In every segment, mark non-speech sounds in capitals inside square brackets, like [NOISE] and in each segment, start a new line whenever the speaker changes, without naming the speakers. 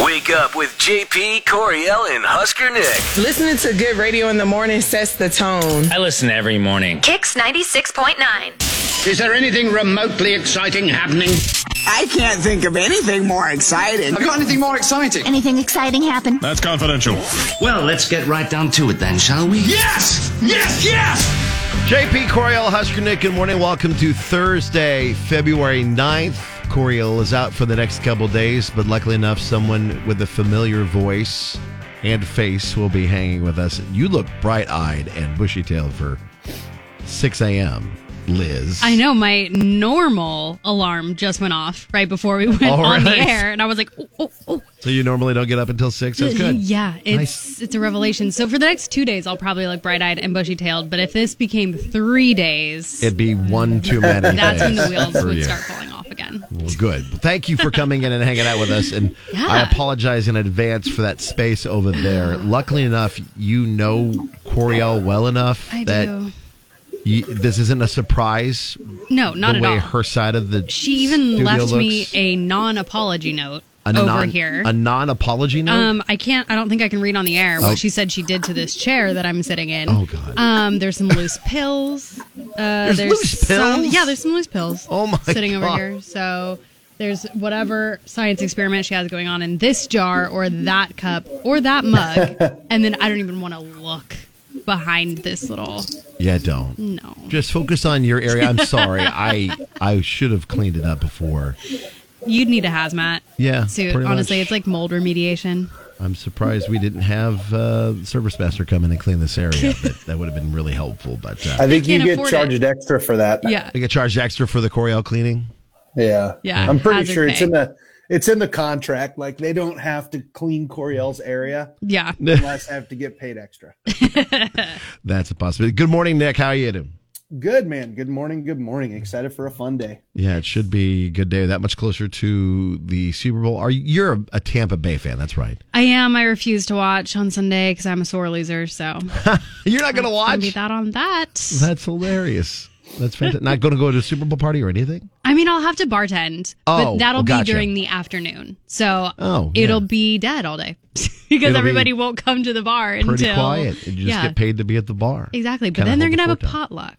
Wake up with JP, Coriel, and Husker Nick.
Listening to good radio in the morning sets the tone.
I listen every morning.
Kicks 96.9.
Is there anything remotely exciting happening?
I can't think of anything more exciting.
Have you got anything more exciting?
Anything exciting happen?
That's confidential.
Well, let's get right down to it then, shall we?
Yes! Yes! Yes!
JP Coriel, Husker Nick, good morning. Welcome to Thursday, February 9th. Coriel is out for the next couple days, but luckily enough, someone with a familiar voice and face will be hanging with us. You look bright eyed and bushy tailed for 6 a.m., Liz.
I know my normal alarm just went off right before we [LAUGHS] went
All
on the
right.
air, and I was like, "Oh, oh, oh!"
So you normally don't get up until 6? That's good.
Yeah, it's
Nice.
it's a revelation. So for the next two days, I'll probably look bright eyed and bushy tailed. But if this became three days,
It'd be one too
[LAUGHS]
many.
that's when the
days
wheels
for
would
you.
start falling off again.
Well, good. Thank you for coming in and hanging out with
[LAUGHS]
us. And I apologize in advance for that space over there. Luckily enough, you know Coriel well enough
I
that
do.
You, this isn't a surprise.
No, not
the
at
way
all.
her side of the
she even
studio
left me
looks.
a non apology note
A
over
non,
here.
a non-apology note.
Um, I can't. I don't think I can read on the air what
Oh.
she said she did to this chair that I'm sitting in.
Oh, God.
Um, there's some loose pills. Uh, there's
loose
Some,
pills?
yeah, there's some loose pills.
Oh, my
Sitting
God.
over here. So there's whatever science experiment she has going on in this jar or that cup or that
[LAUGHS]
mug, and then I don't even want to look behind this little.
yeah, don't.
No.
Just focus on your area.
[LAUGHS]
I'm sorry. I I should have cleaned it up before.
You'd need a hazmat.
Yeah,
Suit.
pretty
Honestly,
much.
it's like mold remediation.
I'm surprised we didn't have uh, the service master come in and clean this area. That, that would have been really helpful. But uh,
I think
They
you
can't
get
afford
charged extra for that.
Yeah.
we get charged extra for the Coriel cleaning.
Yeah.
Yeah.
I'm pretty
Hazard
sure it's
pay.
in the it's in the contract. Like they don't have to clean Coriel's area
Yeah.
unless they have to get paid extra.
That's a possibility. Good morning, Nick. How are you doing?
Good man. Good morning. Good morning. Excited for a fun day.
Yeah, it should be a good day. That much closer to the Super Bowl. Are you, you're a, a Tampa Bay fan? That's right.
I am. I refuse to watch on Sunday because I'm a sore loser. So
You're not going to
I'll
watch.
be that on that.
That's hilarious. That's fantastic. Not going to go to a Super Bowl party or anything.
I mean, I'll have to bartend,
Oh,
but that'll
well, gotcha.
be during the afternoon. So
Oh, yeah.
it'll be dead all day [LAUGHS] because
be
everybody won't come to the bar
Pretty
until
quiet. You just
yeah,
get paid to be at the bar.
exactly. But
Kinda
then they're
hold
gonna have a
the fort down.
potluck.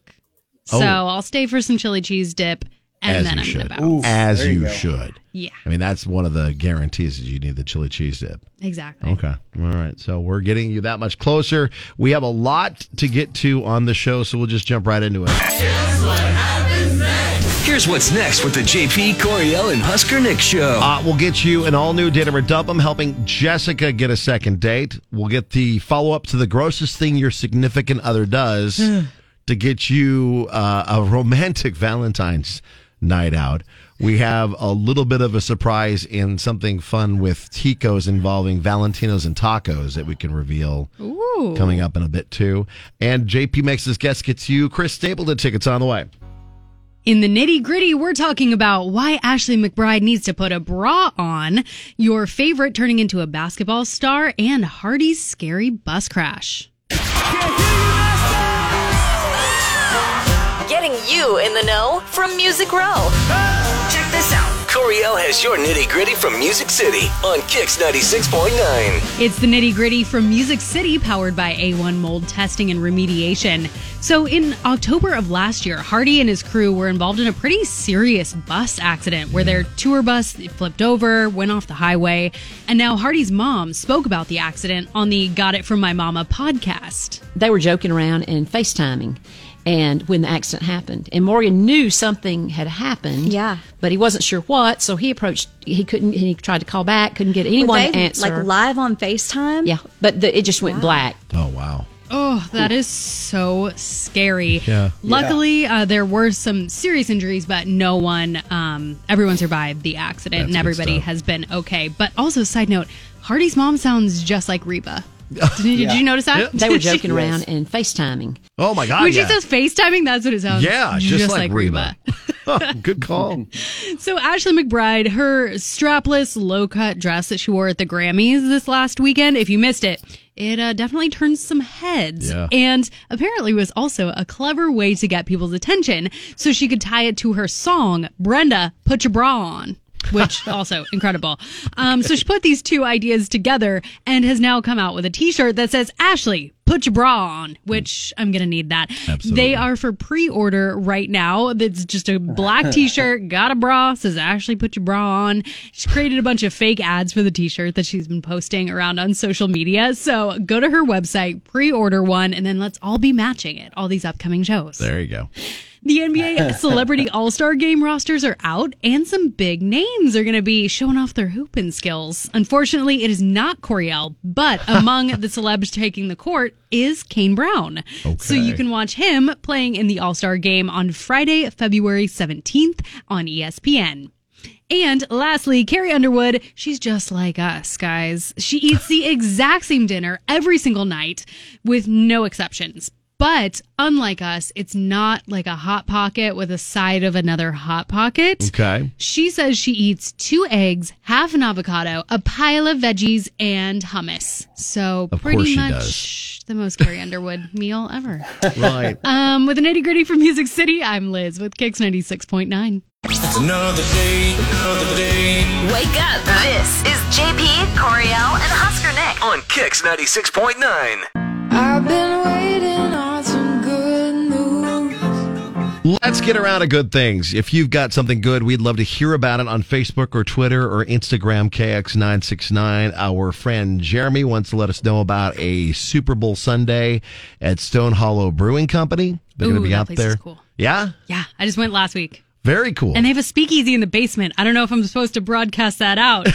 So
Oh.
I'll stay for some chili cheese dip, and
As
then
you
I'm
should.
gonna bounce.
As
There you
you
go.
should.
Yeah,
I mean, that's one of the guarantees that you need the chili cheese dip.
exactly.
Okay. All right. So we're getting you that much closer. We have a lot to get to on the show, so we'll just jump right into it.
Here's what's next with the JP, Coriel, and Husker Nick show.
Uh, we'll get you an all new Datum or Dump 'Em, helping Jessica get a second date. We'll get the follow up to the grossest thing your significant other does to get you uh, a romantic [LAUGHS] Valentine's night out. We have a little bit of a surprise in something fun with Ticos involving Valentinos and tacos that we can reveal
Ooh,
coming up in a bit, too. And JP makes his guest gets you Chris Stapleton tickets on the way.
In the nitty gritty, we're talking about why Ashley McBride needs to put a bra on, your favorite turning into a basketball star, and Hardy's scary bus crash.
Getting you in the know from Music Row. Check this out.
Coriel has your nitty gritty from Music City on Kix 96.9.
It's the nitty gritty from Music City, powered by A1 Mold Testing and Remediation. So, in October of last year, Hardy and his crew were involved in a pretty serious bus accident where their tour bus flipped over, went off the highway, and now Hardy's mom spoke about the accident on the Got It From My Mama podcast.
They were joking around and FaceTiming and when the accident happened. And Morgan knew something had happened.
Yeah.
But he wasn't sure what, so he approached he couldn't he tried to call back, couldn't get anyone to answer.
Like live on FaceTime?
yeah. But the, it just went black.
Oh, wow.
Oh, that is so scary.
Yeah.
Luckily, Uh, there were some serious injuries, but no one, um, everyone survived the accident
That's
and
good
everybody
stuff.
has been okay. But also, side note, Hardy's mom sounds just
[LAUGHS]
like Reba. Did, did you notice that?
Yeah.
They were
She-
joking
[LAUGHS]
around and FaceTiming.
Oh, my God.
When she
yeah.
says FaceTiming, that's what it sounds
Yeah, just, like, Reba. [LAUGHS] Good call.
So Ashley McBride, her strapless low cut dress that she wore at the Grammys this last weekend, if you missed it, it uh, definitely turned some heads
Yeah.
and apparently was also a clever way to get people's attention so she could tie it to her song, Brenda, Put Your Bra On.
[LAUGHS]
which also incredible. Um, so she put these two ideas together and has now come out with a T-shirt that says Ashley. Put your bra on, which I'm gonna need that. They are for pre-order right now. It's just a black T-shirt, got a bra, says Ashley, put your bra on. She's created a bunch of fake ads for the T-shirt that she's been posting around on social media. So go to her website, pre-order one, and then let's all be matching it. All these upcoming shows.
There you go.
The NBA celebrity all star game rosters are out, and some big names are going to be showing off their hooping skills. Unfortunately, it is not Coriel, but among the celebs taking the court is Kane Brown. So you can watch him playing in the all star game on Friday, February 17th on E ESPN. And lastly, Carrie Underwood, she's just like us, guys. She eats
[LAUGHS]
the exact same dinner every single night with no exceptions. But unlike us, it's not like a hot pocket with a side of another hot
Mm.
pocket.
Okay.
She says she eats two eggs, half an avocado, a pile of veggies, and hummus. So
Of course
pretty
she
much
does.
the most Carrie
[LAUGHS]
Underwood meal ever.
Right.
Um, with the nitty gritty from Music City, I'm Liz with Kicks ninety six point nine.
Wake up. This is JP, Coriel, and Husker Nick.
On Kicks 96.9.
Let's get around to good things. If you've got something good, we'd love to hear about it on Facebook or Twitter or Instagram KX969. Our friend Jeremy wants to let us know about a Super Bowl Sunday at Stone Hollow Brewing Company. They're going
Ooh,
to be
that
out
place
there.
is cool.
Yeah,
Yeah, I just went last week.
very cool.
And they have a speakeasy in the basement. I don't know if I'm supposed to broadcast that
[LAUGHS]
out,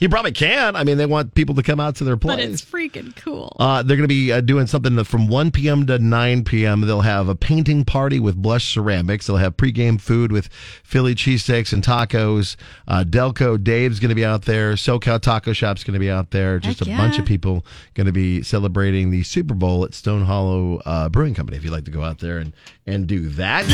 you probably can. I mean, they want people to come out to their place.
but it's freaking cool.
Uh, they're going to be uh, doing something that from 1 p.m. to 9 p.m. They'll have a painting party with Blush Ceramics. They'll have pregame food with Philly cheesesteaks and tacos. Uh, Delco Dave's going to be out there. SoCal Taco Shop's going to be out there. Just
Heck
a bunch
yeah.
of people going to be celebrating the Super Bowl at Stone Hollow uh, Brewing Company. If you'd like to go out there and, and do that.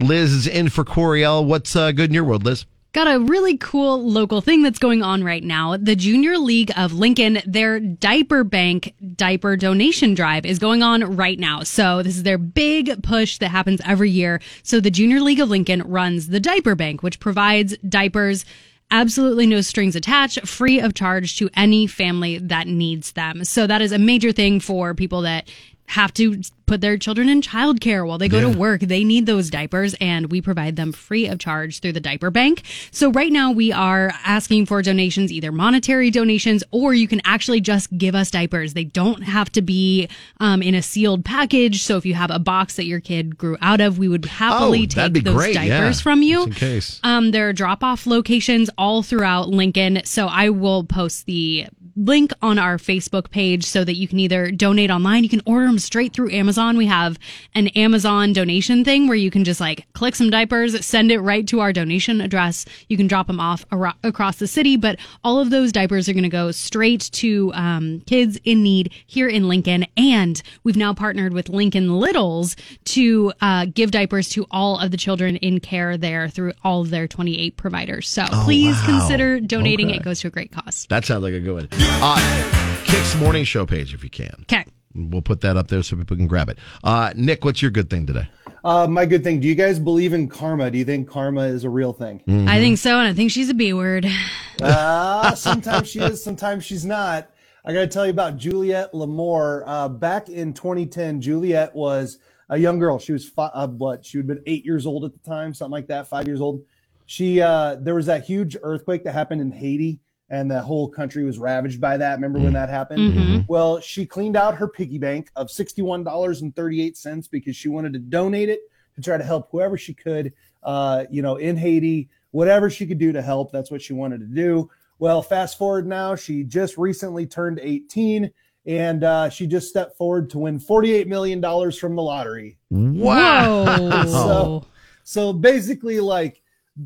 Liz is in for Coriel. What's uh, good in your world, Liz?
Got a really cool local thing that's going on right now. The Junior League of Lincoln, their diaper bank diaper donation drive is going on right now. So this is their big push that happens every year. So the Junior League of Lincoln runs the diaper bank, which provides diapers absolutely no strings attached, free of charge to any family that needs them. So that is a major thing for people that have to put their children in childcare while they go to work. They need those diapers and we provide them free of charge through the diaper bank. So right now we are asking for donations, either monetary donations or you can actually just give us diapers. They don't have to be um, in a sealed package. So if you have a box that your kid grew out of, we would happily
Oh, that'd
take
be
those
great, yeah,
diapers from you.
just in case.
Um, there are drop off locations all throughout Lincoln. So I will post the link on our Facebook page so that you can either donate online, you can order them straight through Amazon. We have an Amazon donation thing where you can just like click some diapers, send it right to our donation address. You can drop them off ar- across the city, but all of those diapers are going to go straight to um, kids in need here in Lincoln. And we've now partnered with Lincoln Littles to uh, give diapers to all of the children in care there through all of their 28 providers. So please
Oh, wow.
consider donating.
Okay.
It goes to a great cause.
That sounds like a good one. Uh, Kicks Morning Show page if you can.
Okay.
We'll put that up there so people can grab it. Uh, Nick, what's your good thing today?
Uh, my good thing. Do you guys believe in karma? Do you think karma is a real thing?
Mm-hmm.
I think so. And I think she's a B word.
Uh, sometimes she is, sometimes she's not. I got to tell you about Juliette L'Amour. Uh, back in 2010, Juliette was a young girl. She was fi- uh, what? She would have been eight years old at the time, something like that, five years old. She uh, there was that huge earthquake that happened in Haiti, and the whole country was ravaged by that. Remember when that happened? Well, she cleaned out her piggy bank of sixty-one dollars and thirty-eight cents because she wanted to donate it to try to help whoever she could, uh, you know, in Haiti, whatever she could do to help. That's what she wanted to do. Well, fast forward now, she just recently turned 18 and uh, she just stepped forward to win $48 million from the lottery.
Whoa.
So- So basically, like,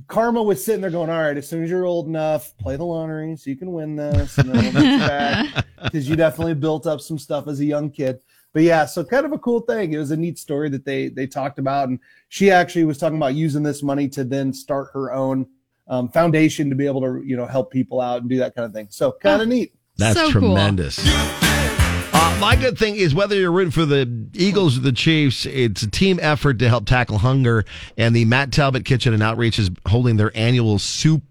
Karma was sitting there going, All right, as soon as you're old enough, play the lottery so you can win this. And then we'll get you back because you definitely built up some stuff as a young kid. But yeah, so kind of a cool thing. It was a neat story that they they talked about, and she actually was talking about using this money to then start her own um, foundation to be able to you know help people out and do that kind of thing. So kind of neat.
[LAUGHS] That's
So cool.
tremendous. Uh, my good thing is whether you're rooting for the Eagles or the Chiefs, it's a team effort to help tackle hunger. And the Matt Talbot Kitchen and Outreach is holding their annual Super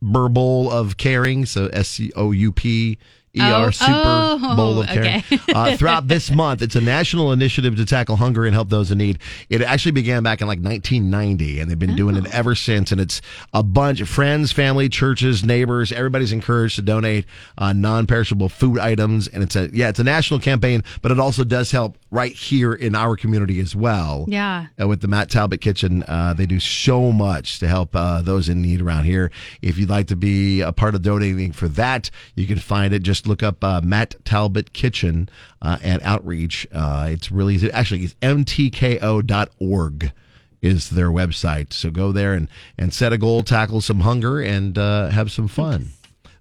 Bowl of Caring. So S C O U P E
Oh,
R, Super
oh,
Bowl of Caring.
okay.
[LAUGHS] uh, throughout this month, it's a national initiative to tackle hunger and help those in need. It actually began back in like 1990, and they've been doing it
Oh.
ever since. And it's a bunch of friends, family, churches, neighbors. Everybody's encouraged to donate uh, non-perishable food items, and it's a yeah, it's a national campaign, but it also does help right here in our community as well.
Yeah.
Uh, with the Matt Talbot Kitchen, uh, they do so much to help uh, those in need around here. If you'd like to be a part of donating for that, you can find it. Just look up uh, Matt Talbot Kitchen uh, and Outreach. Uh, it's really easy. Actually, it's mtko.org is their website. So go there and, and set a goal, tackle some hunger, and uh, have some fun.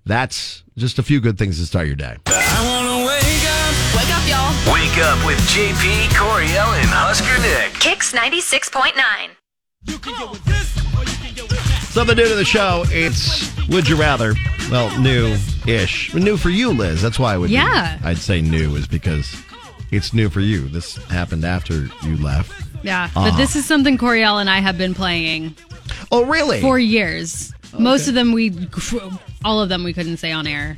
That's just a few good things to start your day.
Wake up, y'all.
Wake up with JP, Coriel, and Husker Nick.
Kicks 96.9.
Something new to the show. It's Would You Rather? Well, new ish. New for you, Liz. That's why I would. do-
Yeah.
I'd say new is because it's new for you. This happened after you left.
Yeah.
Ah.
But this is something Coriel and I have been playing
Oh, really?
for years. Most of them we, all of them we couldn't say on air.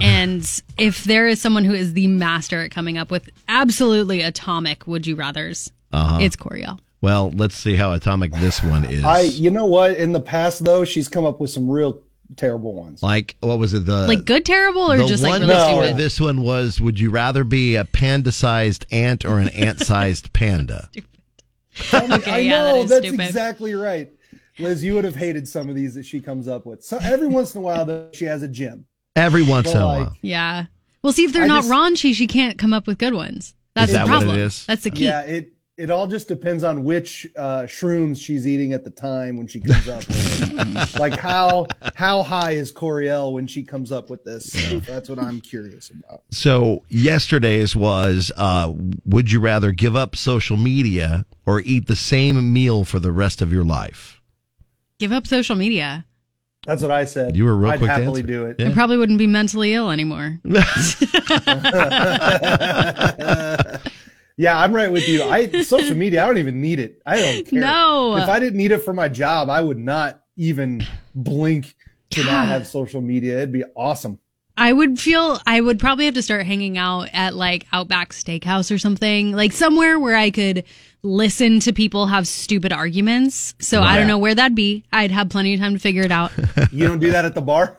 And if there is someone who is the master at coming up with absolutely atomic would you rather's,
Uh-huh.
it's Coriel.
well, let's see how atomic this one is.
I, you know what? In the past, though, she's come up with some real terrible
[LAUGHS]
ones.
like, what was it? The
Like good terrible or
Uh, the
just like
one
really
No.
before
stupid?
this one was Would you rather be a panda sized ant or an ant
[LAUGHS]
sized panda?
I
yeah, that
know
is
that's
stupid.
exactly right, Liz. You would have hated some of these that she comes up with. So every once in a while, though, she has a gem.
Every once in a
Well,
while.
like-
Yeah. Well, see if they're
I
not
just-
raunchy, she can't come up with good ones. That's
that
the
what it
problem.
is?
That's the key.
Yeah, it it all just depends on which uh, shrooms she's eating at the time when she comes up. with
[LAUGHS]
it. like how how high is Coriel when she comes up with this? stuff? That's what I'm curious about.
So yesterday's was uh, would you rather give up social media or eat the same meal for the rest of your life?
Give up social media.
That's what I said.
You were real
I'd
quick to
happily
answer.
do it.
Yeah.
I probably wouldn't be mentally ill anymore.
Yeah, I'm right with you.
[LAUGHS]
I social media, I don't even need it. I don't care.
No.
If I didn't need it for my job, I would not even blink to not have social media. It'd be awesome.
I would feel I would probably have to start hanging out at like Outback Steakhouse or something, like somewhere where I could listen to people have stupid arguments. So I don't know where that'd be. I'd have plenty of time to figure it
[LAUGHS]
out.
You don't do that at the bar?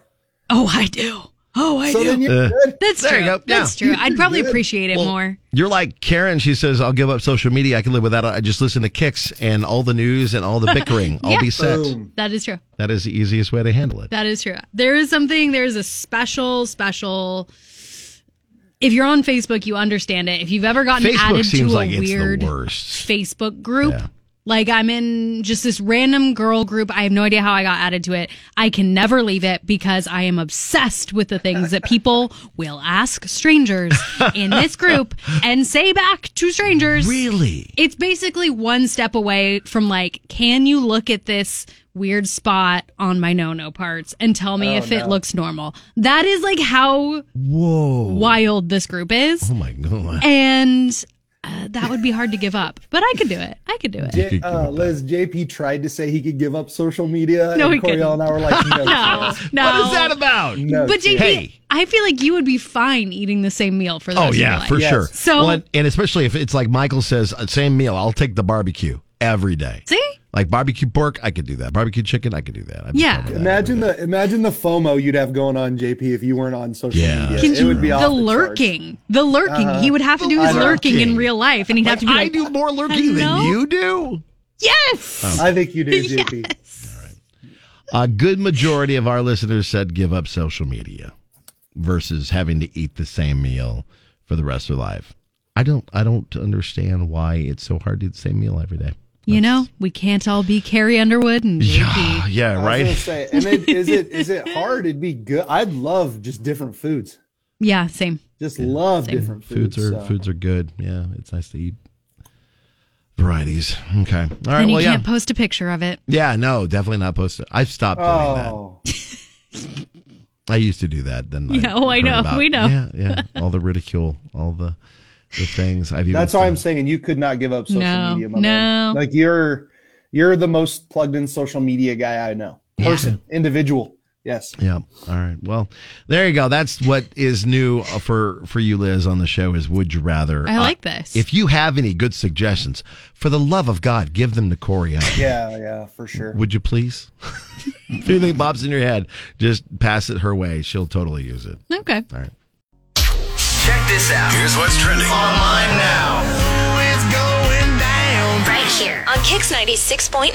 oh, I do. Oh, I
So
do.
then
Uh,
you're good.
That's
There
true.
you go. Yeah.
That's true. I'd
[LAUGHS]
probably appreciate it
Well,
more.
You're like Karen. She says, "I'll give up social media. I can live without it. I just listen to kicks and all the news and all the
[LAUGHS]
bickering. I'll be set."
Boom.
That is true.
That is the easiest way to handle it.
That is true. There is something, there is a special, special. If you're on Facebook, you understand it. If you've ever gotten
Facebook
added
seems
to
like
a
it's the
weird
worst.
Facebook group,
Yeah.
like I'm in just this random girl group, I have no idea how I got added to it. I can never leave it because I am obsessed with the things that people will ask strangers in this group and say back to strangers.
Really?
It's basically one step away from like, can you look at this weird spot on my no no parts and tell me if it looks normal? That is like how
Whoa!
wild this group is.
Oh my god!
And uh, that would be hard to give up, but I could do it. I could do it.
could give
Uh,
up
Liz JP tried to say he could give up social media,
No,
and
he couldn't.
Coriel and I were like, no,
[LAUGHS] No, no.
[LAUGHS] What is that about?
no,
But JP,
Hey.
I feel like you would be fine eating the same meal for the
Oh
rest
yeah,
of
for
your life.
sure.
So-
Well, and- and especially if it's like Michael says, uh, same meal. I'll take the barbecue every day.
See?
Like barbecue pork, I could do that. Barbecue chicken, I could do that. I'd be
Yeah.
fine with that.
Imagine the imagine the FOMO you'd have going on, JP, if you weren't on social
Yeah.
media.
Can
it would be off
the
charts. Uh-huh.
lurking, the lurking. he would have to do his lurking.
lurking.
in real life, and he'd have to be
I
like,
do Oh. more lurking than
know.
you do.
"Yes,
I think you do,
[LAUGHS]
JP.
A good majority of our listeners said give up social media versus having to eat the same meal for the rest of their life. I don't I don't understand why it's so hard to eat the same meal every day.
you know, we can't all be Carrie Underwood and JP."
Yeah, yeah,
I was
right.
gonna say, and it, is it is
[LAUGHS]
it hard? It'd be good. I'd love just different foods.
Yeah, same.
Just love different foods.
Foods are
so.
foods are good. Yeah, it's nice to eat varieties. Okay. All right.
Then you
well, yeah.
can't post a picture of it.
Yeah, no, definitely not post it. I've stopped doing
Oh,
I used to do that. Then
Yeah, oh, I
heard
know. We know.
Yeah,
[LAUGHS]
yeah. All the ridicule, all the the things. I've even
That's why I'm
seen.
saying you could not give up social
No,
media. My
no.
man. like you're you're the most plugged in social media guy I know. Person, individual. Yes.
Yeah. All right. Well, there you go. That's what is new for for you, Liz, on the show. Is would you rather?
I like
Uh,
this.
if you have any good suggestions, for the love of God, give them to Corey. I-
Yeah, yeah, for sure.
Would you please? [LAUGHS] if anything pops in your head, just pass it her way. She'll totally use it.
Okay.
All right.
Check this out. Here's what's trending online now. It's going down.
Right here on Kix 96.9.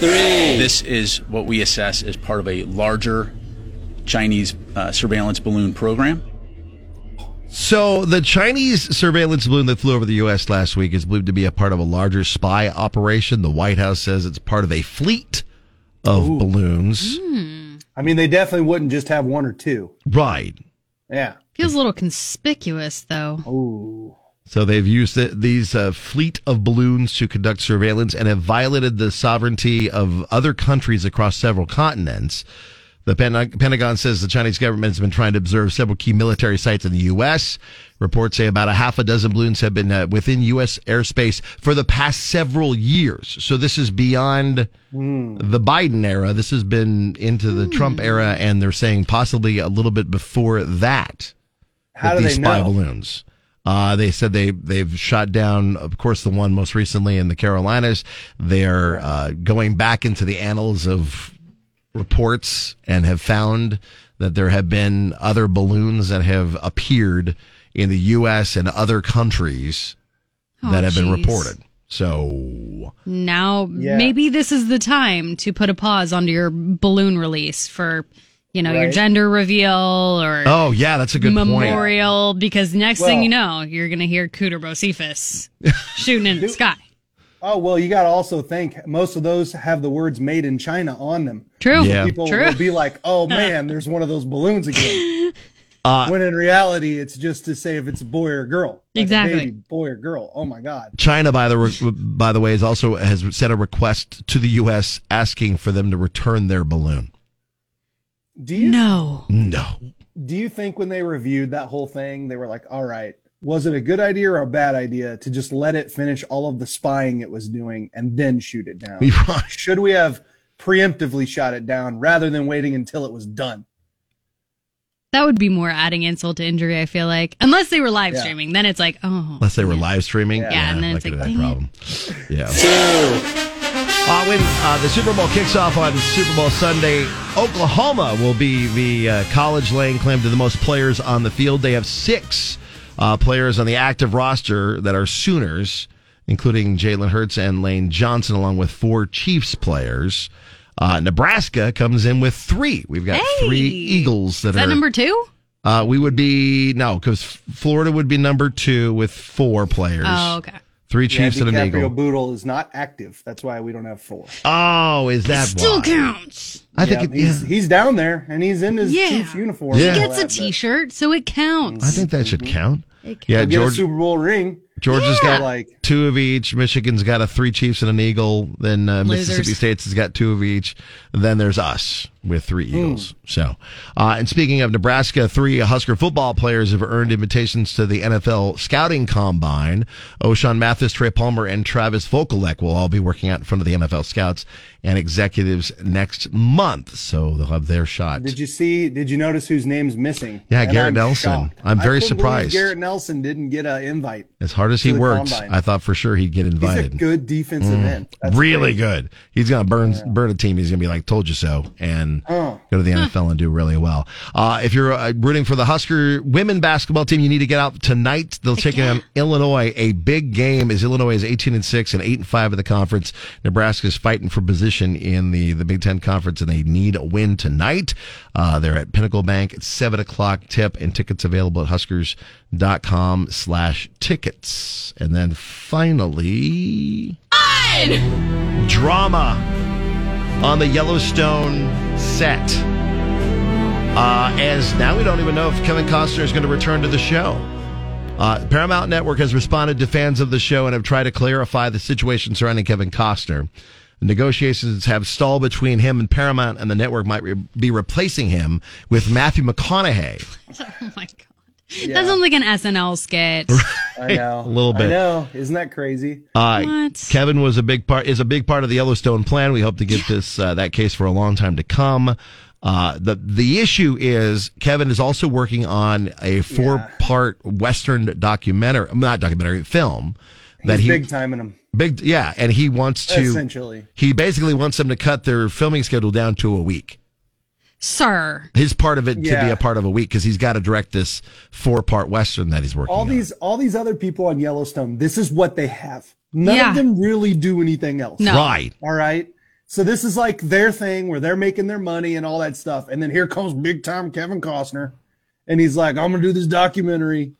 This is what we assess as part of a larger Chinese uh, surveillance balloon program.
So the Chinese surveillance balloon that flew over the U.S. last week is believed to be a part of a larger spy operation. The White House says it's part of a fleet of balloons.
I mean, they definitely wouldn't just have one or two.
Right.
Yeah.
Feels a little conspicuous, though.
So they've used the, these uh, fleet of balloons to conduct surveillance and have violated the sovereignty of other countries across several continents. The Pen- Pentagon says the Chinese government has been trying to observe several key military sites in the U.S. Reports say about a half a dozen balloons have been uh, within U.S. airspace for the past several years. So this is beyond
Hmm.
the Biden era. This has been into the Trump era, and they're saying possibly a little bit before that
How
with
do
these
they
spy
know?
balloons. Uh, they said they they've shot down, of course, the one most recently in the Carolinas. They're uh, going back into the annals of reports and have found that there have been other balloons that have appeared in the U.S. and other countries
Oh,
that have been
jeez.
reported. So
Now,
Yeah.
maybe this is the time to put a pause onto your balloon release for, you know, your
Right.
gender reveal or
Oh yeah, that's a good point.
memorial, because next thing
Well-
you know, you're going to hear Cooter
[LAUGHS]
Bocephus shooting in the sky.
Oh well, you got to also think most of those have the words "made in China" on them.
True.
Yeah.
People
True.
will be like,
[LAUGHS]
"Oh man, there's one of those balloons again."
Uh,
when in reality, it's just to say if it's a boy or a girl. Like a
Exactly.
baby, boy or girl. Oh my god.
China, by the re- by the way, is also has sent a request to the U.S. asking for them to return their balloon.
Do you
No.
No, [LAUGHS]
do you think when they reviewed that whole thing, they were like, "All right, was it a good idea or a bad idea to just let it finish all of the spying it was doing and then shoot it down?" Should we have preemptively shot it down rather than waiting until it was done?
That would be more adding insult to injury, I feel like. Unless they were live
Yeah.
streaming, then it's like, oh.
Unless they were live streaming. Yeah,
and then
that
it's
could
like,
have been a
dang
problem.
[LAUGHS]
Yeah. Uh, when uh, the Super Bowl kicks off on Super Bowl Sunday, Oklahoma will be the uh, college laying claim to the most players on the field. They have six uh, players on the active roster that are Sooners, including Jalen Hurts and Lane Johnson, along with four Chiefs players. Uh, Nebraska comes in with three. We've got three Eagles that
Is that
are
number two?
uh, we would be no, because Florida would be number two with four players.
Oh, okay.
Three Chiefs and an
DiCaprio
Eagle.
Boodle is not active. That's why we don't have four.
Oh, is that
Still
why?
counts.
I think
Yeah,
it,
he's
yeah.
he's down there and he's in his
Yeah.
Chiefs uniform.
Yeah.
and all
Gets a
that,
t shirt, so it counts.
I think that should count. Yeah,
but Get a
George,
Super Bowl ring.
Georgia's got
Like-
two of each. Michigan's got a three Chiefs and an Eagle. Then uh,
Losers.
Mississippi State's has got two of each. Then there's us with three
Hmm.
Eagles. So, uh, and speaking of Nebraska, three Husker football players have earned invitations to the NFL scouting combine. O'Shawn Mathis, Trey Palmer, and Travis Vokalek will all be working out in front of the NFL scouts and executives next month. So they'll have their shot.
Did you see? Did you notice whose name's missing?
Yeah,
And
Garrett
I'm
Nelson.
shocked.
I'm
I
very
couldn't believe
surprised.
Garrett Nelson didn't get an invite.
as hard as he
to the
works,
combine.
I thought for sure he'd get
He's
invited. Mm.
a good defensive end. That's
really
great.
good. He's gonna burn burn a team. He's gonna be like, "Told you so," and
Oh.
go to
[LAUGHS]
the NFL and do really well. Uh, if you're uh, rooting for the Husker women basketball team, you need to get out tonight. They'll take on Illinois. A big game is Illinois is 18 and six and eight and five in the conference. Nebraska's fighting for position in the the Big Ten conference, and they need a win tonight. Uh, they're at Pinnacle Bank at seven o'clock tip, and tickets available at Huskers.com slash tickets. And then finally drama on the Yellowstone set. Uh, as now we don't even know if Kevin Costner is going to return to the show. Uh, Paramount Network has responded to fans of the show and have tried to clarify the situation surrounding Kevin Costner. Negotiations have stalled between him and Paramount, and the network might re- be replacing him with Matthew McConaughey.
oh my god, that sounds like an SNL
[LAUGHS]
skit.
I know.
A little bit.
I know. Isn't that crazy?
Uh,
What?
Kevin was a big part is a big part of the Yellowstone plan. We hope to get this uh, that case for a long time to come. Uh, the the issue is Kevin is also working on a four part Western documentary, not documentary film that
He's
he
big timing them.
big yeah, and he wants to
Essentially.
he basically wants them to cut their filming schedule down to a week.
Sir,
His part of it to be
Yeah.
a part of a week because he's got to direct this four part Western that he's working.
All
on.
these all these other people on Yellowstone, this is what they have. None
Yeah.
of them really do anything else.
No.
right.
All right. So this is like their thing where they're making their money and all that stuff. And then here comes big time Kevin Costner. And he's like, I'm gonna do this documentary.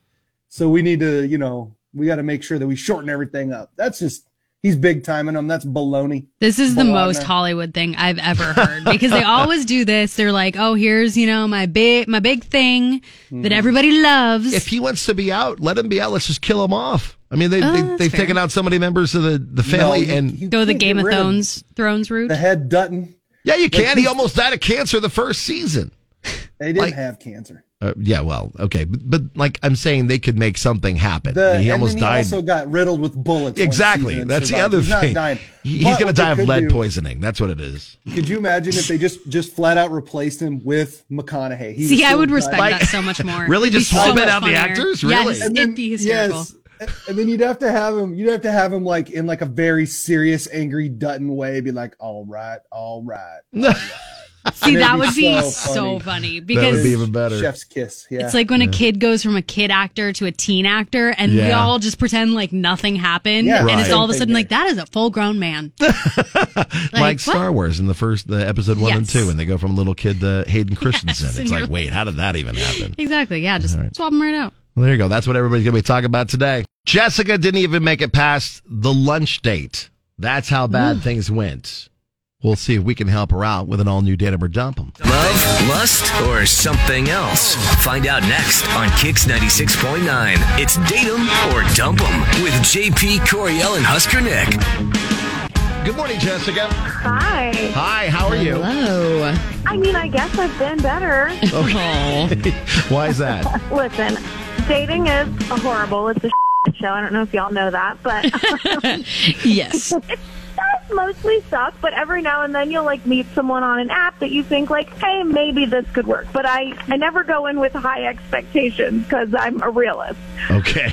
So we need to, you know, we gotta make sure that we shorten everything up. That's just he's big timing them. That's baloney.
this is the
Moana.
most Hollywood thing I've
[LAUGHS]
ever heard because they always do this. They're like, "Oh, here's you know my big my big thing
Hmm.
that everybody loves."
if he wants to be out, let him be out. Let's just kill him off. I mean, they,
Oh,
they
that's
they've
fair.
taken out so many members of the, the family,
you-
and
you
Go the
can't get
Game of
rid
Thrones Thrones route.
The head Dutton.
yeah, you can. He
he's-
almost died of cancer the first season.
They didn't
Like-
have cancer.
Uh, yeah, well, okay, but, but like I'm saying, they could make something happen.
The,
he
and
almost
then he
died.
also got riddled with bullets. one season
exactly.
and
That's the
survived.
other
he's
thing.
Not dying.
He-
But
He's going to
what they
die of
could
lead
do-
poisoning. That's what it is.
Could you imagine if they just just flat out replaced him with McConaughey? He
See,
was
I
so
would
excited.
respect that so much more.
Really?
It'd be
Just swap it
much
out the
funnier.
actors? Really?
Yes,
And
it'd be hysterical.
Yes. And then you'd have to have him. You'd have to have him like in like a very serious, angry Dutton way, be like, "All right, all right."
See,
That'd
that
be
would be
so
so
funny.
funny
That
because
would be even better.
Chef's kiss. Yeah.
It's like when a kid goes from a kid actor to a teen actor, and we
Yeah.
all just pretend like nothing happened,
Yeah,
and it's
Right.
all of a
same
sudden
thing
like that is a full grown
[LAUGHS]
man.
Like,
what?
Star Wars in the first, the episode one and
Yes.
two, when they go from little kid to
[LAUGHS]
Hayden Christensen.
and
it's
you're
like, wait, how did that even happen?
Exactly. Yeah, just swap them right out.
Well, there you go. That's what everybody's going to be talking about today. Jessica didn't even make it past the lunch date. That's how
Mm.
bad things went. We'll see if we can help her out with an all new Datum or Dump 'Em.
Love, lust, or something else? Find out next on Kix 96.9. It's Date 'em or Dump 'em with JP Coriel and Husker Nick.
Good morning, Jessica.
Hi.
Hi, how are you?
Hello.
I mean, I guess I've been better.
Oh.
Why is
[LAUGHS]
that?
Listen, dating is horrible. [LAUGHS] It's a [LAUGHS] shit show. I don't know if y'all know that, but
[LAUGHS] yes.
[LAUGHS] it does mostly suck. But every now and then you'll like meet someone on an app that you think like, hey, maybe this could work. But I, I never go in with high expectations because I'm a realist.
Okay.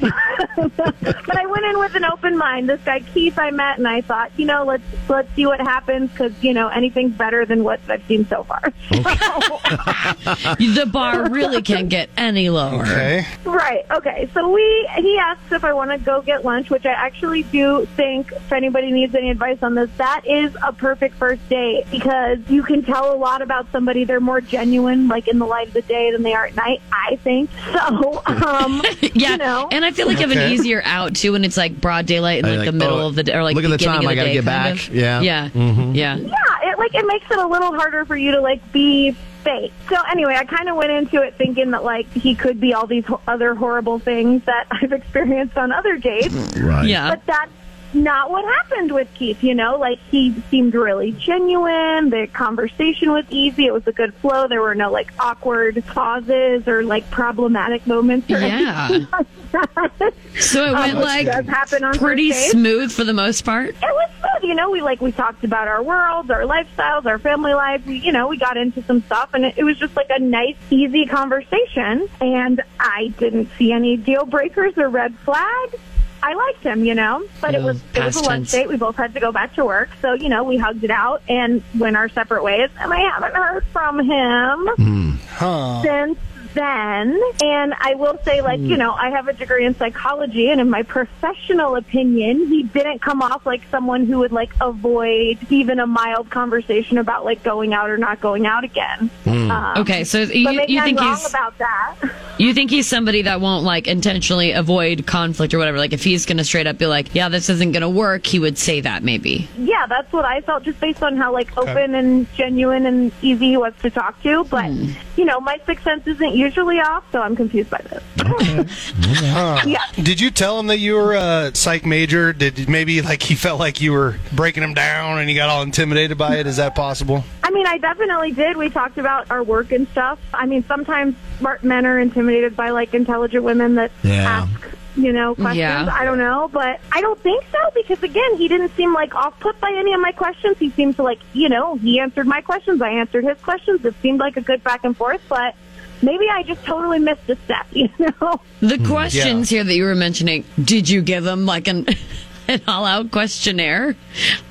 but I went in with an open mind. This guy Keith I met, and I thought, you know, let's let's see what happens because you know anything's better than what I've seen so far.
[LAUGHS] The bar really can't get any lower.
Okay.
Right. Okay. So we he asked if I want to go get lunch, which I actually do think if anybody needs any advice on this, that is a perfect first date because you can tell a lot about somebody. They're more genuine, like in the light of the day, than they are at night. I think so. Um,
[LAUGHS] Yeah,
You know.
and I feel like you have an
Okay.
easier out too when it's like broad daylight and
You're
like, the
like,
middle
oh,
of the day or like
look at the
beginning
time,
of
I gotta
day,
get
kind
back.
of.
Yeah. Mm-hmm.
yeah, yeah.
yeah, it like it makes it a little harder for you to like be fake. So anyway, I kind of went into it thinking that like he could be all these ho- other horrible things that I've experienced on other dates.
Right.
Yeah.
But that's not what happened with Keith, you know? Like, he seemed really genuine. The conversation was easy. It was a good flow. There were no, like, awkward pauses or, like, problematic moments. Or
Yeah.
anything like that.
So it went
[LAUGHS] Um,
like
does happen on
pretty
first dates.
smooth for the most part.
It was good, you know. We like we talked about our worlds, our lifestyles, our family life. We, you know, we got into some stuff, and it, it was just like a nice, easy conversation. And I didn't see any deal breakers or red flags. I liked him, you know, but it
Yeah,
was it was a
past tense.
lunch date. We both had to go back to work, so you know, we hugged it out and went our separate ways. And I haven't heard from him since then. And I will say, like, you know, I have a degree in psychology, and in my professional opinion, he didn't come off like someone who would, like, avoid even a mild conversation about, like, going out or not going out again. Um,
Okay, so you,
but maybe
you
I'm
think
wrong
he's
about that.
You think he's somebody that won't like intentionally avoid conflict or whatever? Like if he's gonna straight up be like, "Yeah, this isn't gonna work," he would say that maybe.
Yeah, that's what I felt just based on how like
Okay.
open and genuine and easy he was to talk to. But
Hmm.
you know, my sixth sense isn't usually off, so I'm confused by this.
Huh.
Yeah.
Did you tell him that you were a psych major? Did maybe like he felt like you were breaking him down and he got all intimidated by it? Is that possible?
I mean, I definitely did. We talked about our work and stuff. I mean, sometimes smart men are intimidated by like intelligent women that
Uh,
Yeah.
you know questions.
Yeah.
I don't know, but I don't think so because again, he didn't seem like off put by any of my questions. He seemed to like you know he answered my questions. I answered his questions. It seemed like a good back and forth, but maybe I just totally missed a step. [LAUGHS] You know.
The questions here that you were mentioning, did you give him like an [LAUGHS] an all out questionnaire?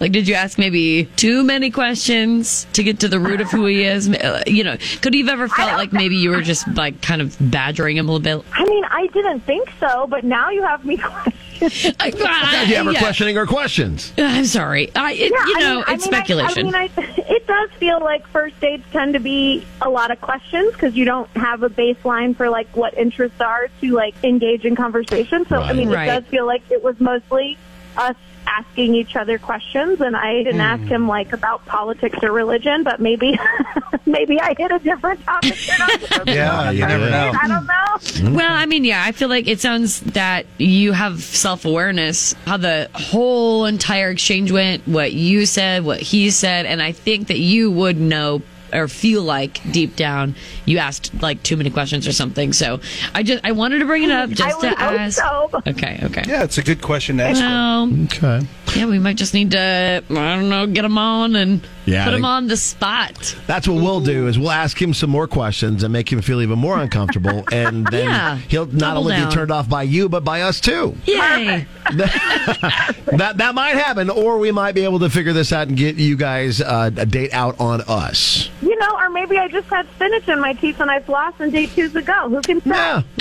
Like, did you ask maybe too many questions to get to the root of who he is? Uh, You know, could you have ever felt like maybe you were just like kind of badgering him a little
[LAUGHS]
bit?
I mean, I didn't think so, but now you have me [LAUGHS] questioning.
God, yeah, we're questioning our questions.
I'm sorry. I, it,
Yeah,
you
I
know,
mean- I
it's
mean, I- I
speculation.
mean, I- [LAUGHS] it does feel like first dates tend to be a lot of questions because you don't have a baseline for like what interests are to like engage in conversation. So I
Right.
mean,
Right.
it does feel like it was mostly us asking each other questions, and I didn't ask him like about politics or religion, but maybe [LAUGHS] maybe I hit a different topic. than I was supposed to.
Yeah, you never know.
I don't [LAUGHS] know.
Mm-hmm.
Well, I mean, yeah, I feel like it sounds that you have self awareness, how the whole entire exchange went, what you said, what he said, and I think that you would know or feel like deep down you asked like too many questions or something. So I just I wanted to bring it up
[GASPS] I
just
would
to
hope
ask. Okay, okay.
Yeah, it's a good question
[LAUGHS]
to ask.
Well,
okay.
Yeah, we might just need to I don't know get him on and
Yeah, I
put him
think-
on the spot.
That's what we'll do is we'll ask him some more questions and make him feel even more uncomfortable, and then
[LAUGHS] Yeah.
he'll not
Double
only
down.
be turned off by you but by us too.
Yay!
that [LAUGHS] that might happen, or we might be able to figure this out and get you guys uh, a date out on us.
You know, or maybe I just had spinach in my teeth and I flossed and day two's ago. Who can say?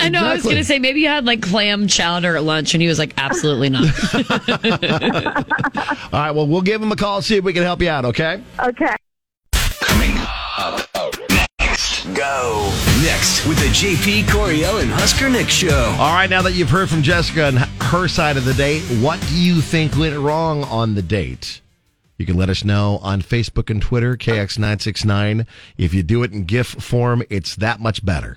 I know. I was going to say maybe you had like clam chowder at lunch, and he was like, "Absolutely not."
All right, well, we'll give him a call, see if we can help you out. Okay.
Okay.
Coming up oh, next. Go. Next with the JP Coriel and Husker Nick show.
All right, now that you've heard from Jessica and her side of the date, what do you think went wrong on the date? You can let us know on Facebook and Twitter, KX969. If you do it in GIF form, it's that much better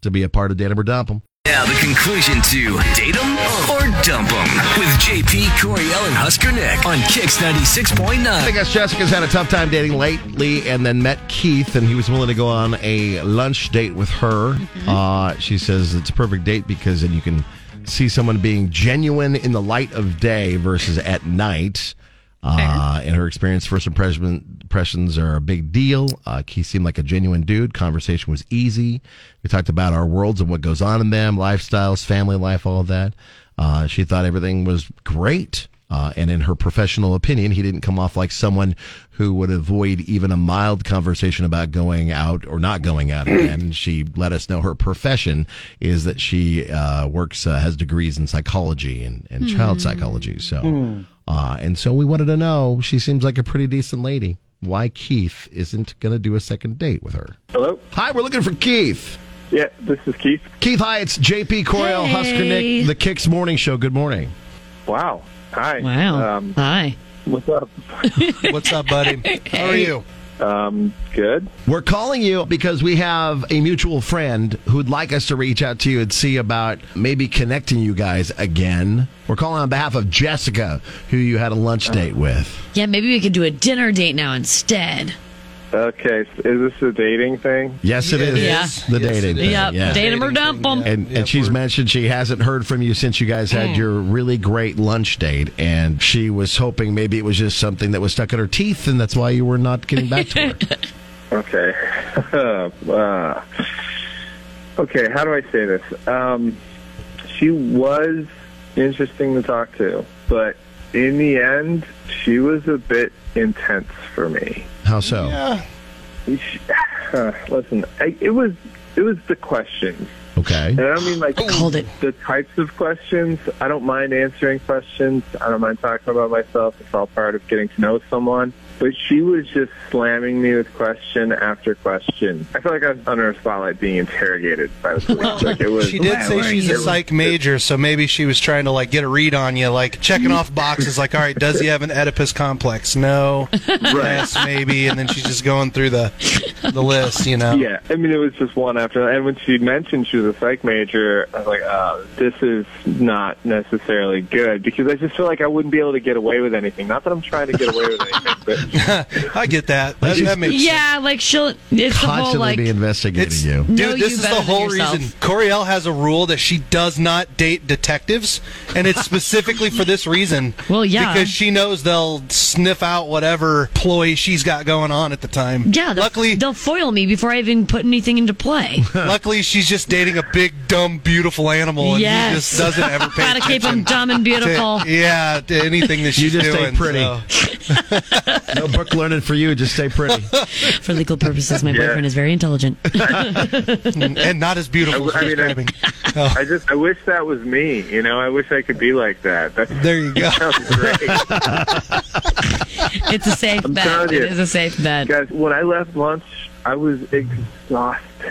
to be a part of Date 'Em or Dump 'Em.
Now the conclusion to date 'em or dump 'em with JP Coriel and Husker Nick on Kicks ninety six point
I
nine.
think as Jessica's had a tough time dating lately and then met Keith, and he was willing to go on a lunch date with her. Uh, she says it's a perfect date because then you can see someone being genuine in the light of day versus at night. Uh, in her experience, first impression, impressions are a big deal. Uh, Keith seemed like a genuine dude. Conversation was easy. We talked about our worlds and what goes on in them, lifestyles, family life, all of that. Uh, she thought everything was great. Uh, and in her professional opinion, he didn't come off like someone who would avoid even a mild conversation about going out or not going out again. She let us know her profession is that she uh, works, uh, has degrees in psychology and, and child psychology. So, uh, and so we wanted to know, she seems like a pretty decent lady. Why Keith isn't going to do a second date with her?
Hello.
Hi, we're looking for Keith.
Yeah, this is Keith.
Keith, hi, it's JP Coriel, Husker
Hey.
Nick, The Kicks Morning Show. Good morning.
Wow. Hi.
Wow.
Um,
Hi.
What's up?
What's up, buddy? How are you?
Um, good.
We're calling you because we have a mutual friend who'd like us to reach out to you and see about maybe connecting you guys again. We're calling on behalf of Jessica, who you had a
Uh,
lunch date with.
yeah, maybe we could do a dinner date now instead.
Okay. so Is this a dating thing?
Yes, it is.
Yeah.
The dating. thing,
Yep.
yeah.
Date him or dump him.
And, and she's mentioned she hasn't heard from you since you guys had
Mm.
your really great lunch date, and she was hoping maybe it was just something that was stuck in her teeth, and that's why you were not getting
[LAUGHS]
back to her.
Okay. [LAUGHS] uh, okay. How do I say this? Um, she was interesting to talk to, but in the end, she was a bit intense for me.
How so?
She- Listen, I, it was it was the questions.
Okay.
And I don't mean like the types of questions. I don't mind answering questions. I don't mind talking about myself. It's all part of getting to know someone.
But she was just slamming me with question after question. I feel like I was under a spotlight being interrogated by the police. Like it was,
She did say she's
it
a
was-
psych major, so maybe she was trying to like get a read on you, like checking off boxes. Like, all right, does he have an Oedipus complex? No. Yes, maybe. And then she's just going through the the list, you know.
Yeah, I mean, it was just one after another. And when she mentioned she was a psych major, I was like, uh, this is not necessarily good because I just feel like I wouldn't be able to get away with anything. Not that I'm trying to get away with anything, but
I get that. That, that makes
yeah, like she'll. It's the whole
Constantly
like.
be investigating you.
Dude,
Know you
this is
better
the
than
whole
yourself.
reason. Coriel has a rule that she does not date detectives, and
[LAUGHS]
it's specifically for this reason. Well,
yeah.
because she knows they'll sniff out whatever ploy she's got going on at the time.
Yeah, they'll, luckily they'll foil me before I even put anything into
[LAUGHS]
play.
Luckily, she's just dating a big, dumb, beautiful animal, and
Yes.
he just doesn't ever pay
Gotta keep
attention
him dumb and
to-
[LAUGHS]
beautiful.
yeah, to anything that she's
You just stay
doing.
pretty.
so.
no book learning for you. Just stay pretty.
For legal purposes, my
Yeah.
boyfriend is very intelligent.
and not as Oh. beautiful.
I, I mean, I, [LAUGHS] I just I wish that was me. You know, I wish I could be like that. That's,
there
[LAUGHS]
you go.
Sounds great.
It's a safe
I'm
bet.
telling
It
you.
is a safe bet.
Guys, when I left lunch, I was exhausted. I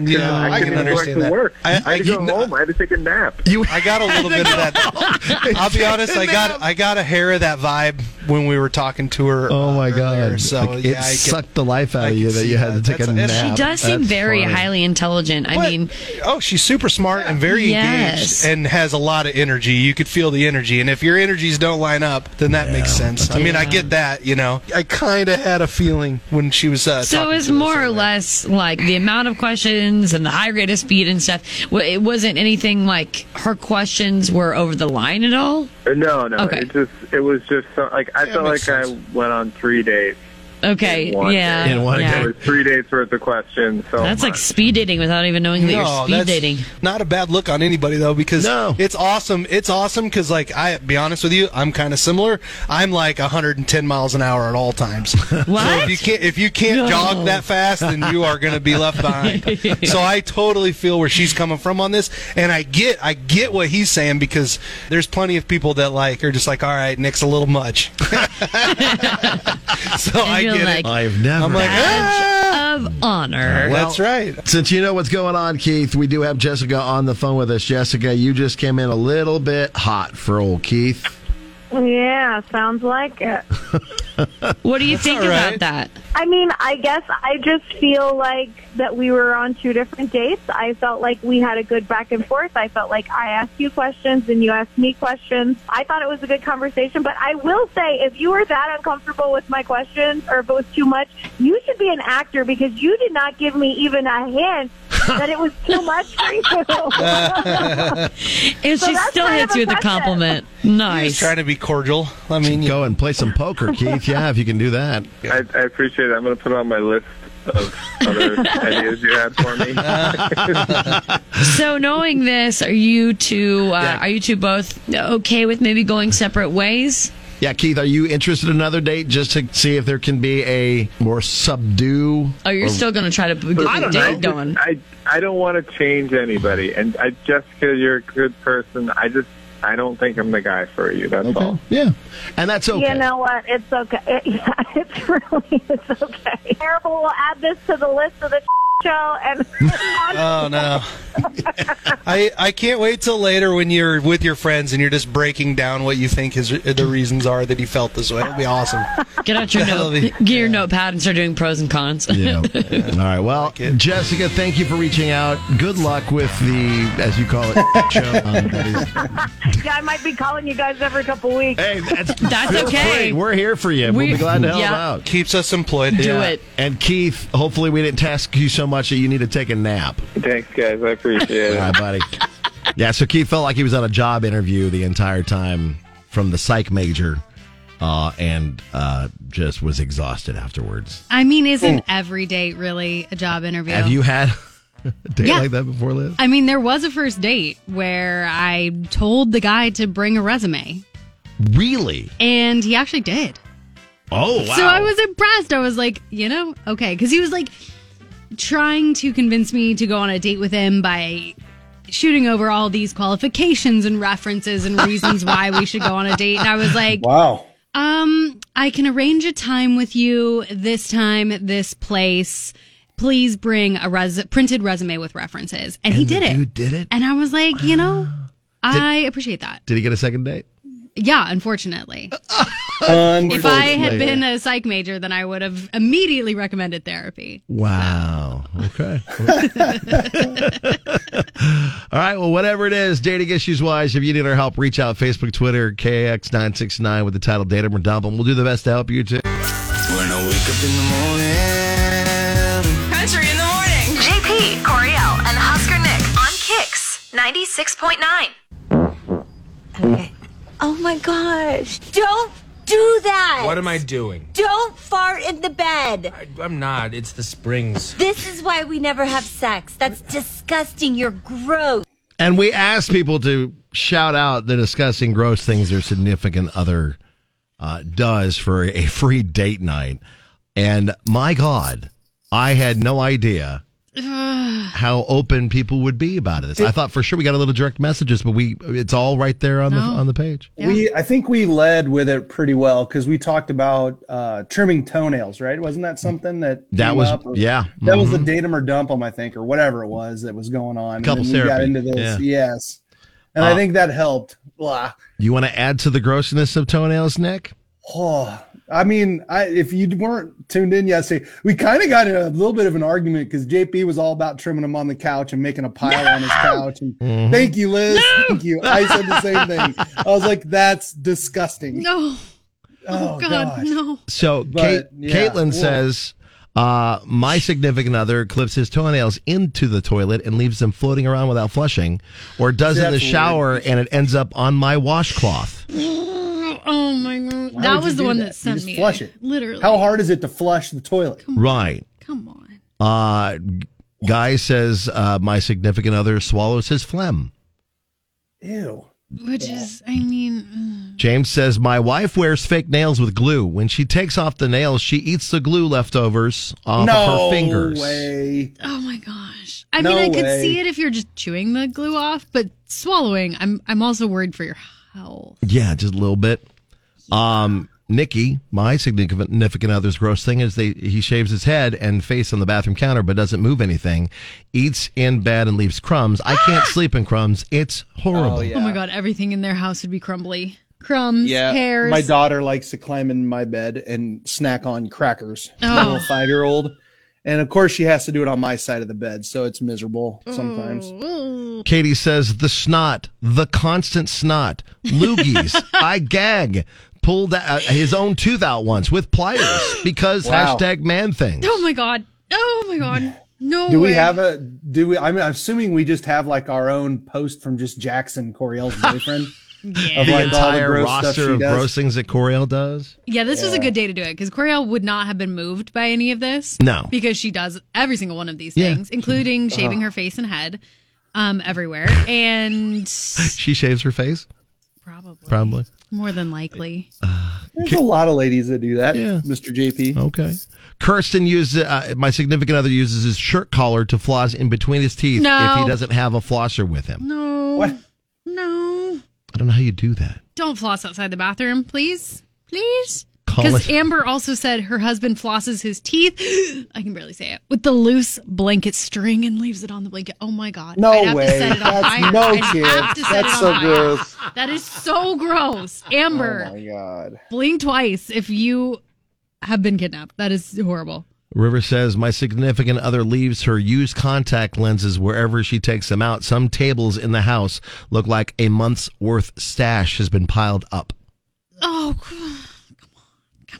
couldn't,
Yeah, I
I couldn't even
can
go back
understand
to
that.
work.
I-
I,
I
had to go
can-
home. I had to take a nap.
I got a little bit of that. I'll
[LAUGHS]
be honest. I got I got a hair of that vibe when we were talking to her.
[LAUGHS] Oh my
earlier,
god!
so,
Like, it
yeah, I can-
sucked the life out of you that
see
you had to
that.
take a
That's-
nap.
and
She does seem
That's
very
funny.
highly intelligent. I mean,
Oh, she's super smart and very
Yes.
engaged and has a lot of energy. You could feel the energy. And if your energies don't line up, then that makes sense. I mean, I get that, you know. I kind of had a feeling when she was uh,
so
talking
it's
to us.
more or less like the amount of questions and the high rate of speed and stuff. Wa- It wasn't anything like her questions were over the line at all.
No, no.
Okay.
It just it was just so, like I felt like
makes
I went on three dates.
Okay,
One
yeah,
day.
yeah.
There was three days worth of questions. So
That's like speed dating without even knowing that you're speed
Oh, that's
dating.
Not a bad look on anybody though, because it's awesome. It's awesome because, like, I be honest with you, I'm kind of similar. I'm like 110 miles an hour at all times. So if
What?
you can't if you can't
No.
jog that fast, then you are going to be left behind.
[LAUGHS]
so I totally feel where she's coming from on this, and I get I get what he's saying because there's plenty of people that like are just like, all right, Nick's a little much. [LAUGHS] so I
you're
get
like,
it.
I've never.
I'm like, "Ah!"
Badge of honor.
That's right.
Since you know what's going on, Keith, we do have Jessica on the phone with us. Jessica, you just came in a little bit hot for old Keith.
Yeah, sounds like it.
What do you think
all right.
about that?
I mean, I guess I just feel like that we were on two different dates. I felt like we had a good back and forth. I felt like I asked you questions and you asked me questions. I thought it was a good conversation, but I will say if you were that uncomfortable with my questions or if it was too much, you should be an actor because you did not give me even a hint that it was too much for you.
And
So
she
that's
still
kind
hits
of
you with a
impressive.
compliment.
Just
Nice.
trying to be cordial. I mean,
[LAUGHS]
go and play some poker, Keith. Yeah, if you can do that.
I, I appreciate it. I'm going to put it on my list of other ideas you had for me.
So knowing this, are you two? Uh, Are you two both okay with maybe going separate ways?
Yeah, Keith, are you interested in another date just to see if there can be a more subdue?
Oh, you're
Um,
or-
still going to try to get the date going.
I I don't want to change anybody, and I, Jessica, you're a good person. I just I don't think I'm the guy for you. That's all.
Yeah, and that's okay.
You know what? It's okay. It, yeah, it's really it's okay. Terrible. We'll add this to the list of the show and.
Oh no. I I can't wait till later when you're with your friends and you're just breaking down what you think his the reasons are that he felt this way. It'll be awesome.
Get
[LAUGHS]
out your
That'll
note,
be-
get your notepad and start doing pros and cons. [LAUGHS]
Yeah.
[LAUGHS]
All right. Well, Jessica, thank you for reaching out. Good luck with the, as
[LAUGHS]
you call it, show. Um, buddies.
yeah, I might be calling you guys every couple weeks.
Hey, that's,
That's
Feel free.
okay.
We're here for you. we'll
We-
be glad to help
yeah.
out.
Keeps us employed.
Do it.
Uh, And Keith, hopefully we didn't task you so much that you need to take a nap.
Thanks, guys. I appreciate
All
it.
right, buddy. yeah, so Keith felt like he was on a job interview the entire time from the psych major uh, and uh, just was exhausted afterwards.
I mean, isn't every date really a job interview?
Have you had [LAUGHS] a day
Yeah.
like that before, Liz?
I mean, there was a first date where I told the guy to bring a resume,
Really?
and he actually did.
Oh, wow.
So I was impressed. I was like, you know, okay, because he was like trying to convince me to go on a date with him by shooting over all these qualifications and references and reasons why we should go on a date, and I was like,
Wow.
Um, I can arrange a time with you this time, this place. Please bring a res- printed resume with references. And, he did it.
You did it?
And I was like, you know, I appreciate that.
Did he get a second date?
Yeah,
[LAUGHS]
unfortunately. If I had
Unfortunately.
been a psych major, then I would have immediately recommended therapy.
Wow. Okay. [LAUGHS] All right. Well, whatever it is, dating issues wise, if you need our help, reach out Facebook, Twitter, KX969 with the title Date 'em or Dump 'em. We'll do the best to help you too.
When I wake up in the morning.
Country in the morning. JP, Coriel, and Husker Nick on Kicks 96.9.
Oh my gosh. Don't do that.
What am I doing?
Don't fart in the bed.
I'm not. It's the springs.
This is why we never have sex. That's disgusting. You're gross.
And we asked people to shout out the discussing gross things their significant other uh, does for a [LAUGHS] free date night. And my God, I had no idea how open people would be about this. I thought for sure we got a little direct messages, but we it's all right there on the
No.
on the page.
We, I think we led with it pretty well because we talked about uh, trimming toenails, right? Wasn't that something that
That
came
was-
up? Or-
yeah.
That was the
Mhm.
datem or dump 'em, I think, or whatever it was that was going on.
Couple
and then we got
therapy,
into this,
yeah.
yes, and
Uh,
I think that helped. Blah.
You want to add to the grossness of toenails, Nick?
Oh, I mean, I, if you weren't tuned in yesterday, we kind of got in a little bit of an argument because JP was all about trimming him on the couch and making a pile on his couch. And
Mhm.
thank you, Liz. Thank you. I said the same thing. I was like, that's disgusting.
No.
Oh,
God, no.
So
But,
Kate,
yeah, cool.
Caitlin says, uh, my significant other clips his toenails into the toilet and leaves them floating around without flushing, or does it in the
That's weird.
shower and it ends up on my washcloth.
Oh my god.
Why
that
would you
was the
do
one
that?
that,
You
sent
just
me.
flush it.
Literally.
How hard is it to flush the toilet?
Right.
Come
Uh, g- guy says, uh, my significant other swallows his phlegm.
Ew.
Which is, I mean,
James says, my wife wears fake nails with glue. When she takes off the nails, she eats the glue leftovers off
no
of her fingers.
way.
oh my gosh. I
No
mean, I could
way.
see it if you're just chewing the glue off, but swallowing, I'm I'm also worried for your health. Oh,
Yeah, just a little bit. Um, Nikki, my significant other's gross thing is they he shaves his head and face on the bathroom counter, but doesn't move anything. Eats in bed and leaves crumbs. I can't
Ah!
sleep in crumbs. It's horrible.
Oh my god, everything in their house would be crumbly. Crumbs,
Yeah,
hairs.
my daughter likes to climb in my bed and snack on crackers.
Oh.
A little five year old, and of course she has to do it on my side of the bed, so it's miserable
Mm.
sometimes.
Katie says the snot, the constant snot,
[LAUGHS]
loogies. I gag. Pulled uh, his own tooth out once with
[GASPS]
pliers because
Wow.
hashtag man thing.
Oh my god. Oh
[LAUGHS]
my god. No
Do
way.
we have a? Do we? I'm assuming we just have like our own post from just Jackson Coriel's boyfriend.
Yeah.
Of,
the
like, all the
entire
gross stuff
roster
she
of
does.
gross things that Coriel does.
Yeah, this was a good day to do it because Coriel would not have been moved by any of this.
No.
because she does every single one of these
Yeah.
things,
Uh-huh.
including shaving
Uh.
her face and head, um, everywhere,
[LAUGHS]
and
She shaves her face. Probably. Probably.
more than likely.
There's a lot of ladies that do that. Mr. JP.
Okay. Kirsten uses uh, my significant other uses his shirt collar to floss in between his teeth
No.
if he doesn't have a flosser with him.
No, no,
I don't know how you do that.
don't floss outside the bathroom, please, please.
Call
Because
it-
Amber also said her husband flosses his teeth. [GASPS] I can barely say it with the loose blanket string and leaves it on the blanket. Oh my god!
No
I'd have
way.
To set it on
That's
fire.
no
I'd have
chance.
to set
That's
it
so
on fire.
gross.
That is so
[LAUGHS]
gross, Amber.
Oh my god.
Blink twice if you have been kidnapped. That is horrible.
River says my significant other leaves her used contact lenses wherever she takes them out. Some tables in the house look like a month's worth stash has been piled up. [LAUGHS]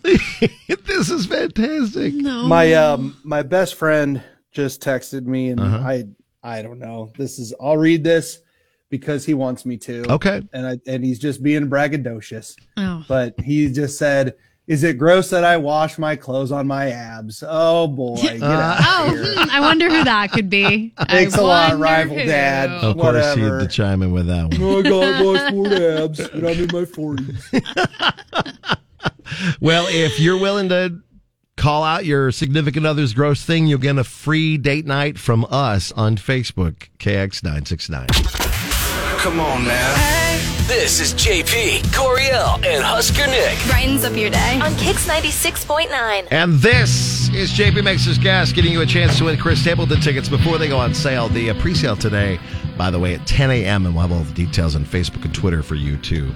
Oh, c-
this is fantastic.
No.
My um my best friend just texted me and
Uh-huh.
I I don't know. This is I'll read this because he wants me to.
Okay.
And I and he's just being braggadocious.
Oh.
But he just said, "Is it gross that I wash my clothes on my abs?" Oh boy. Get
Uh,
out of
oh,
here.
hmm, I wonder who that could
[LAUGHS]
be.
Thanks
I
a lot,
wonder
rival
who.
dad.
Of course, he had to chime in with that one.
No, I got my four abs and I'm in my 40s.
Well, if you're willing to call out your significant other's gross thing, you'll get a free date night from us on Facebook, KX969.
Come on now.
This is JP, Coriel, and Husker Nick.
Brightens up your day. On Kicks 96.9.
And this is JP Mixer's Gas, giving you a chance to win Chris Stapleton tickets before they go on sale. The uh, pre-sale today, by the way, at 10 a.m. And we'll have all the details on Facebook and Twitter for you to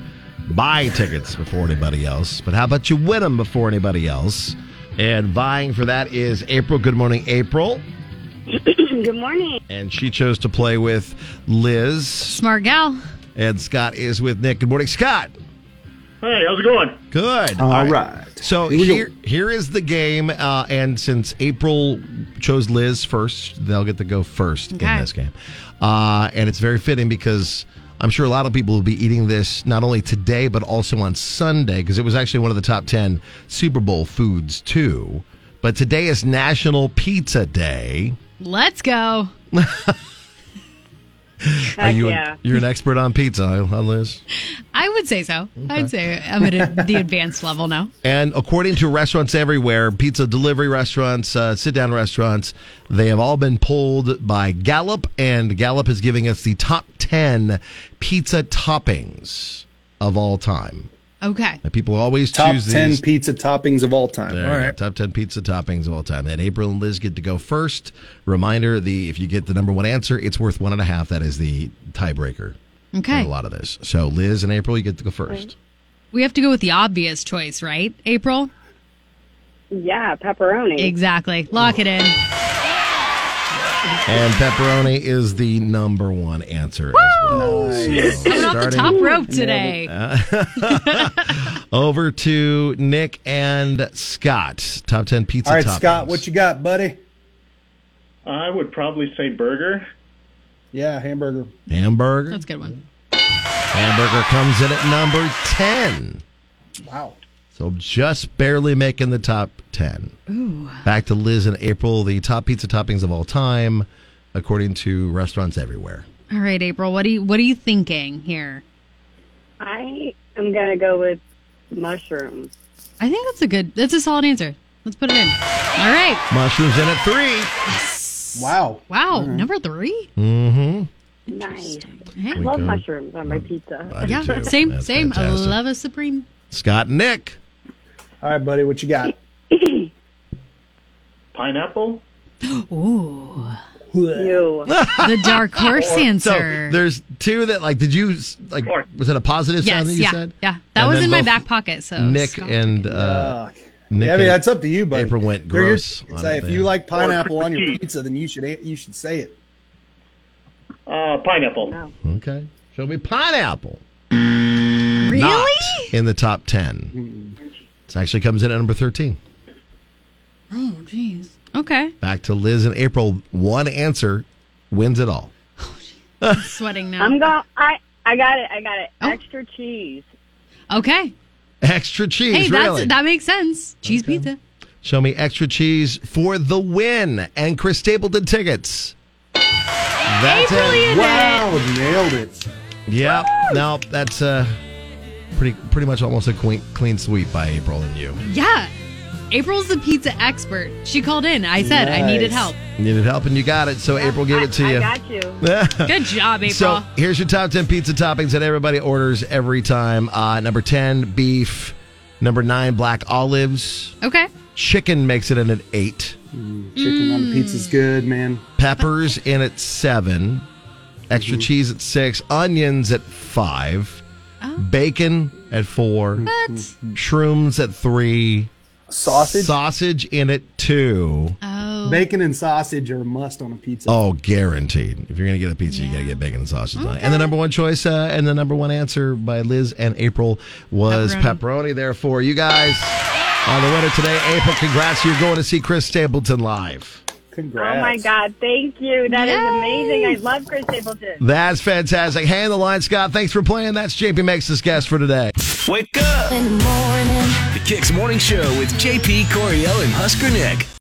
buy tickets before anybody else. But how about you win them before anybody else? And vying for that is April. Good morning, April.
[CLEARS THROAT] Good morning.
And she chose to play with Liz. Smart
gal.
And Scott is with Nick. Good morning, Scott.
Hey, how's it going?
Good.
All
So
Here we go.
here, here is the game, uh, and since April chose Liz first, they'll get to go first in
Okay.
this game, uh, and it's very fitting because I'm sure a lot of people will be eating this not only today but also on Sunday because it was actually one of the top ten Super Bowl foods too. But today is National Pizza Day.
Let's go.
Are you
yeah.
you're an expert on pizza, huh, Liz?
I would say so. I'd say I'm at a, the advanced level now.
And according to restaurants everywhere, pizza delivery restaurants, uh, sit down restaurants, they have all been pulled by Gallup, and Gallup is giving us the top 10 pizza toppings of all time.
Okay.
And people always
Top
choose
10
these.
pizza toppings of all time.
There you go. Top 10 pizza toppings of all time. And April and Liz get to go first. Reminder the if you get the number one answer, it's worth one and a half. That is the tiebreaker.
Okay.
in A lot of this. So, Liz and April, you get to go first.
We have to go with the obvious choice, right? April?
Yeah, pepperoni.
Exactly. Lock it in.
And pepperoni is the number one answer as well. So,
Coming off the
starting-
top rope today.
Uh, over to Nick and Scott. Top 10 pizza
All right,
toppings.
Scott, what you got, buddy?
I would probably say burger.
Yeah, hamburger.
Hamburger.
a good one.
Hamburger comes in at number 10.
Wow.
So just barely making the top 10.
Ooh.
Back to Liz and April, the top pizza toppings of all time, according to restaurants everywhere.
All right, April, what are you what are you thinking here?
I am gonna go with mushrooms.
I think that's a good that's a solid answer. Let's put it in. All right.
Mushrooms in at 3.
Wow.
Wow. Number three?
Mm-hmm.
Nice.
Hey.
I love
go.
mushrooms on my pizza.
I do
yeah.
too.
Same,
That's
same.
fantastic.
I love a supreme.
Scott and Nick.
All right, buddy, what you got?
Pineapple?
Ooh.
Ew.
The dark horse answer.
So there's two that like. Did you s- like? Was it a positive
yes,
sound that you
yeah.
said?
Yeah. That
And
was
then
in my
both
back pocket, so
Nick
Scott-
and uh,
Yeah,
Nick.
I mean,
and
that's up to you, buddy.
April went
They're your-
gross. on
say,
it
if
there.
you like pineapple on your pizza, then you should a- you should say it.
Uh, pineapple.
okay, show me pineapple.
Really?
in the top ten. It actually comes in at number thirteen.
Oh jeez. Okay.
Back to Liz and April. One answer wins it all.
I'm sweating now.
I'm going. I I got it. I got it.
Oh.
Extra cheese.
Okay.
Extra cheese.
hey, that's
really?
that makes sense. Cheese pizza.
Show me extra cheese for the win and Chris Stapleton tickets. That's
April, you did it. Wow,
nailed it. Yep. Now that's uh pretty pretty much almost a clean, clean sweep by April and you.
Yeah. April's the pizza expert. She called in. I said I needed help.
Needed help and you got it, so April gave it to you.
you. Good job, April.
[LAUGHS] So here's your top 10 pizza toppings that everybody orders every time. Uh, number 10, beef. Number 9, black olives.
okay.
Chicken makes it in at 8.
Chicken on the pizza's
Mm.
good, man.
peppers in at seven, extra cheese at six, onions at five, bacon at four, shrooms at three,
Sausage?
sausage in at two.
Oh.
Bacon and sausage are a must on a pizza.
Oh, guaranteed. If you're gonna get a pizza, you gotta get bacon and sausage. on it. And the number one choice uh, and the number one answer by Liz and April was pepperoni. Therefore, you guys are the winner today. April, congrats! You're going to see Chris Stapleton live.
Congrats.
Oh my God! Thank you. That is
Yay.
amazing. I love Chris Stapleton.
That's fantastic. Hey, on the line, Scott. Thanks for playing. That's JP makes this guest for today.
Wake up! In the morning. The Kicks Morning Show with JP, Coriel, and Husker Nick.